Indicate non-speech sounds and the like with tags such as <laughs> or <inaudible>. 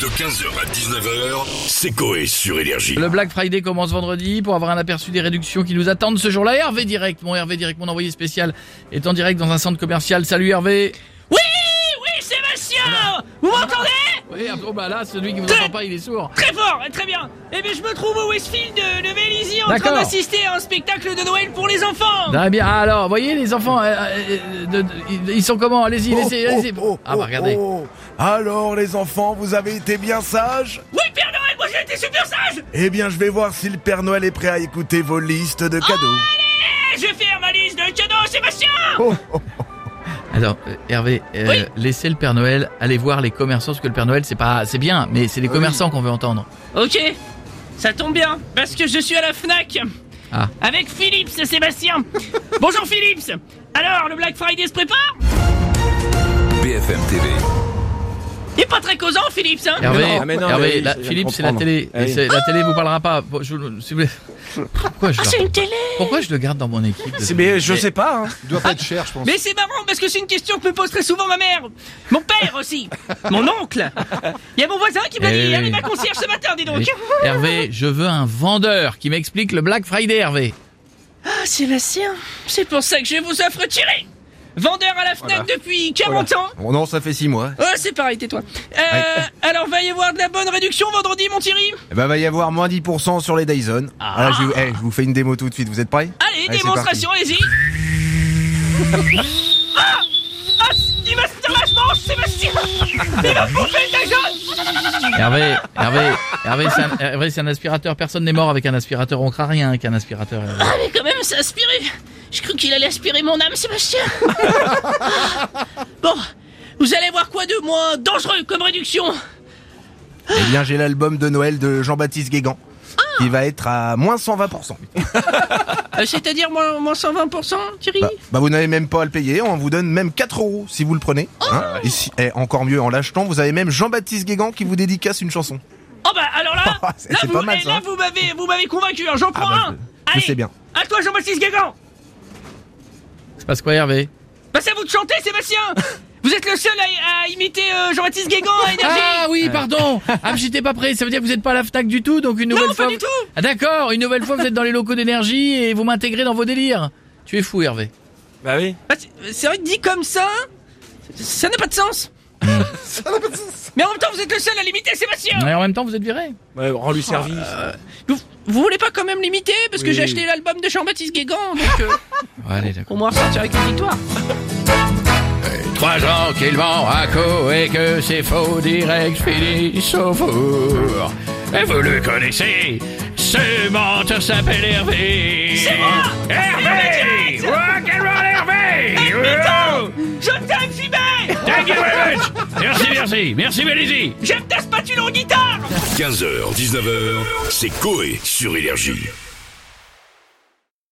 De 15h à 19h, c'est Coé sur Énergie. Le Black Friday commence vendredi pour avoir un aperçu des réductions qui nous attendent ce jour-là. Hervé Direct, mon Hervé Direct, mon envoyé spécial, est en direct dans un centre commercial. Salut Hervé Oui, oui, Sébastien Vous m'entendez Oui, oh bah là, celui qui vous entend pas, il est sourd. Très fort, très bien. Eh bien, je me trouve au Westfield de, de Vélizy en train D'accord. d'assister à un spectacle de Noël pour les enfants. Ah bien, alors, voyez les enfants, euh, euh, de- de- ils- ils sont comment Allez-y, laissez, Oh, allez-y. oh, oh, ah bah oh, regardez. oh. Alors les enfants, vous avez été bien sages Oui, Père Noël, moi j'ai été super sage. Eh bien, je vais voir si le Père Noël est prêt à écouter vos listes de cadeaux. Ah, Eh, je vais faire ma liste de cadeaux, Sébastien. Oh, oh, Alors, euh, Hervé, euh, Oui. laissez le Père Noël aller voir les commerçants, parce que le Père Noël, c'est pas, c'est bien, mais c'est les Ah commerçants qu'on veut entendre. Ok, ça tombe bien parce que je suis à la Fnac. Ah. Avec Philips, Sébastien. Bonjour Philips. Alors, le Black Friday se prépare BFM TV. Il est pas très causant, Philips, hein Hervé, Mais non, mais non, Hervé, mais la- je viens de Philippe, c'est la comprendre. télé. Ah Et oui. c'est- La télé vous parlera pas. Bon, je- si vous voulez- pourquoi, je Ah, C'est le, une télé pourquoi je le garde dans mon équipe C'est- Mais je sais pas. Hein. doit pas être cher, je pense. Mais c'est marrant parce que c'est une question que me pose très souvent ma mère. Mon père aussi. Mon oncle. Il y a mon voisin qui m'a Eh dit, oui. Eh il ma concierge ce matin, dis donc. Oui. Hervé, je veux un vendeur qui m'explique le Black Friday, Hervé. Ah, Sébastien, c'est pour ça que je vous offre tirer. Vendeur à la FNAC depuis 40 ans. Oh non, ça fait 6 mois. Oh, c'est pareil, tais-toi. Euh, alors, va y avoir de la bonne réduction vendredi, mon Thierry Eh ben, va y avoir moins 10% sur les Dyson. Ah, là, je, eh, je vous fais une démo tout de suite, vous êtes prêts Allez, Allez, c'est démonstration, allez-y. ah Ah, il m'a serré la manche, Sébastien Il m'a bouffé ta jambe Hervé, Hervé, Hervé, c'est un, Hervé, c'est un aspirateur. Personne n'est mort avec un aspirateur. On craint rien qu'un aspirateur. Hervé. Ah, mais quand même, ça aspirait. Je crus qu'il allait aspirer mon âme, <laughs> Sébastien. bon, vous allez voir quoi de moins dangereux comme réduction Eh bien, j'ai l'album de Noël de Jean-Baptiste Guégan. Qui va être à moins 120%. Euh, C'est-à-dire moins, moins 120%, Thierry Bah, bah, vous n'avez même pas à le payer, on vous donne même 4 euros si vous le prenez. hein. Et si- eh, encore mieux, en l'achetant, vous avez même Jean-Baptiste Guégan qui vous dédicace une chanson. Oh bah alors <laughs> là, C'est- là c'est vous, pas mal, eh, ça, là, hein. vous m'avez, vous m'avez convaincu, hein, j'en prends bah, un. je- je Allez, sais bien. À toi Jean-Baptiste Guégan. C'est pas quoi, Hervé Bah c'est à vous de chanter, Sébastien. <laughs> vous êtes le seul à, à imiter euh, Jean-Baptiste Guégan à énergie. Ah oui, pardon. Ah, mais j'étais pas prêt. Ça veut dire que vous n'êtes pas à la FNAC du tout, donc une nouvelle non, fois. pas du tout. Ah, D'accord. Une nouvelle fois, vous êtes dans les locaux d'énergie et vous m'intégrez dans vos délires. Tu es fou, Hervé. Bah oui. Bah, c'est- c'est vrai que dit comme ça, ça n'a pas de <laughs> sens. Mais en même temps, vous êtes le seul à l'imiter, Sébastien. Et en même temps, vous êtes viré. Ouais, Rends-lui service. Vous, vous voulez pas quand même l'imiter Parce que Oui. j'ai acheté l'album de Jean-Baptiste Guégan, donc euh, allez, d'accord. on va ressortir avec une victoire. Trois ans qu'il ment à co et que ses faux directs finissent au four. Et vous le connaissez, ce menteur s'appelle Hervé. C'est moi Hervé Rock'n'roll Hervé Putain Je t'aime, Fibé Thank you very much Merci, merci, merci Bélizy J'aime ta spatule en guitare 15h, 19h, c'est Coé sur Énergie.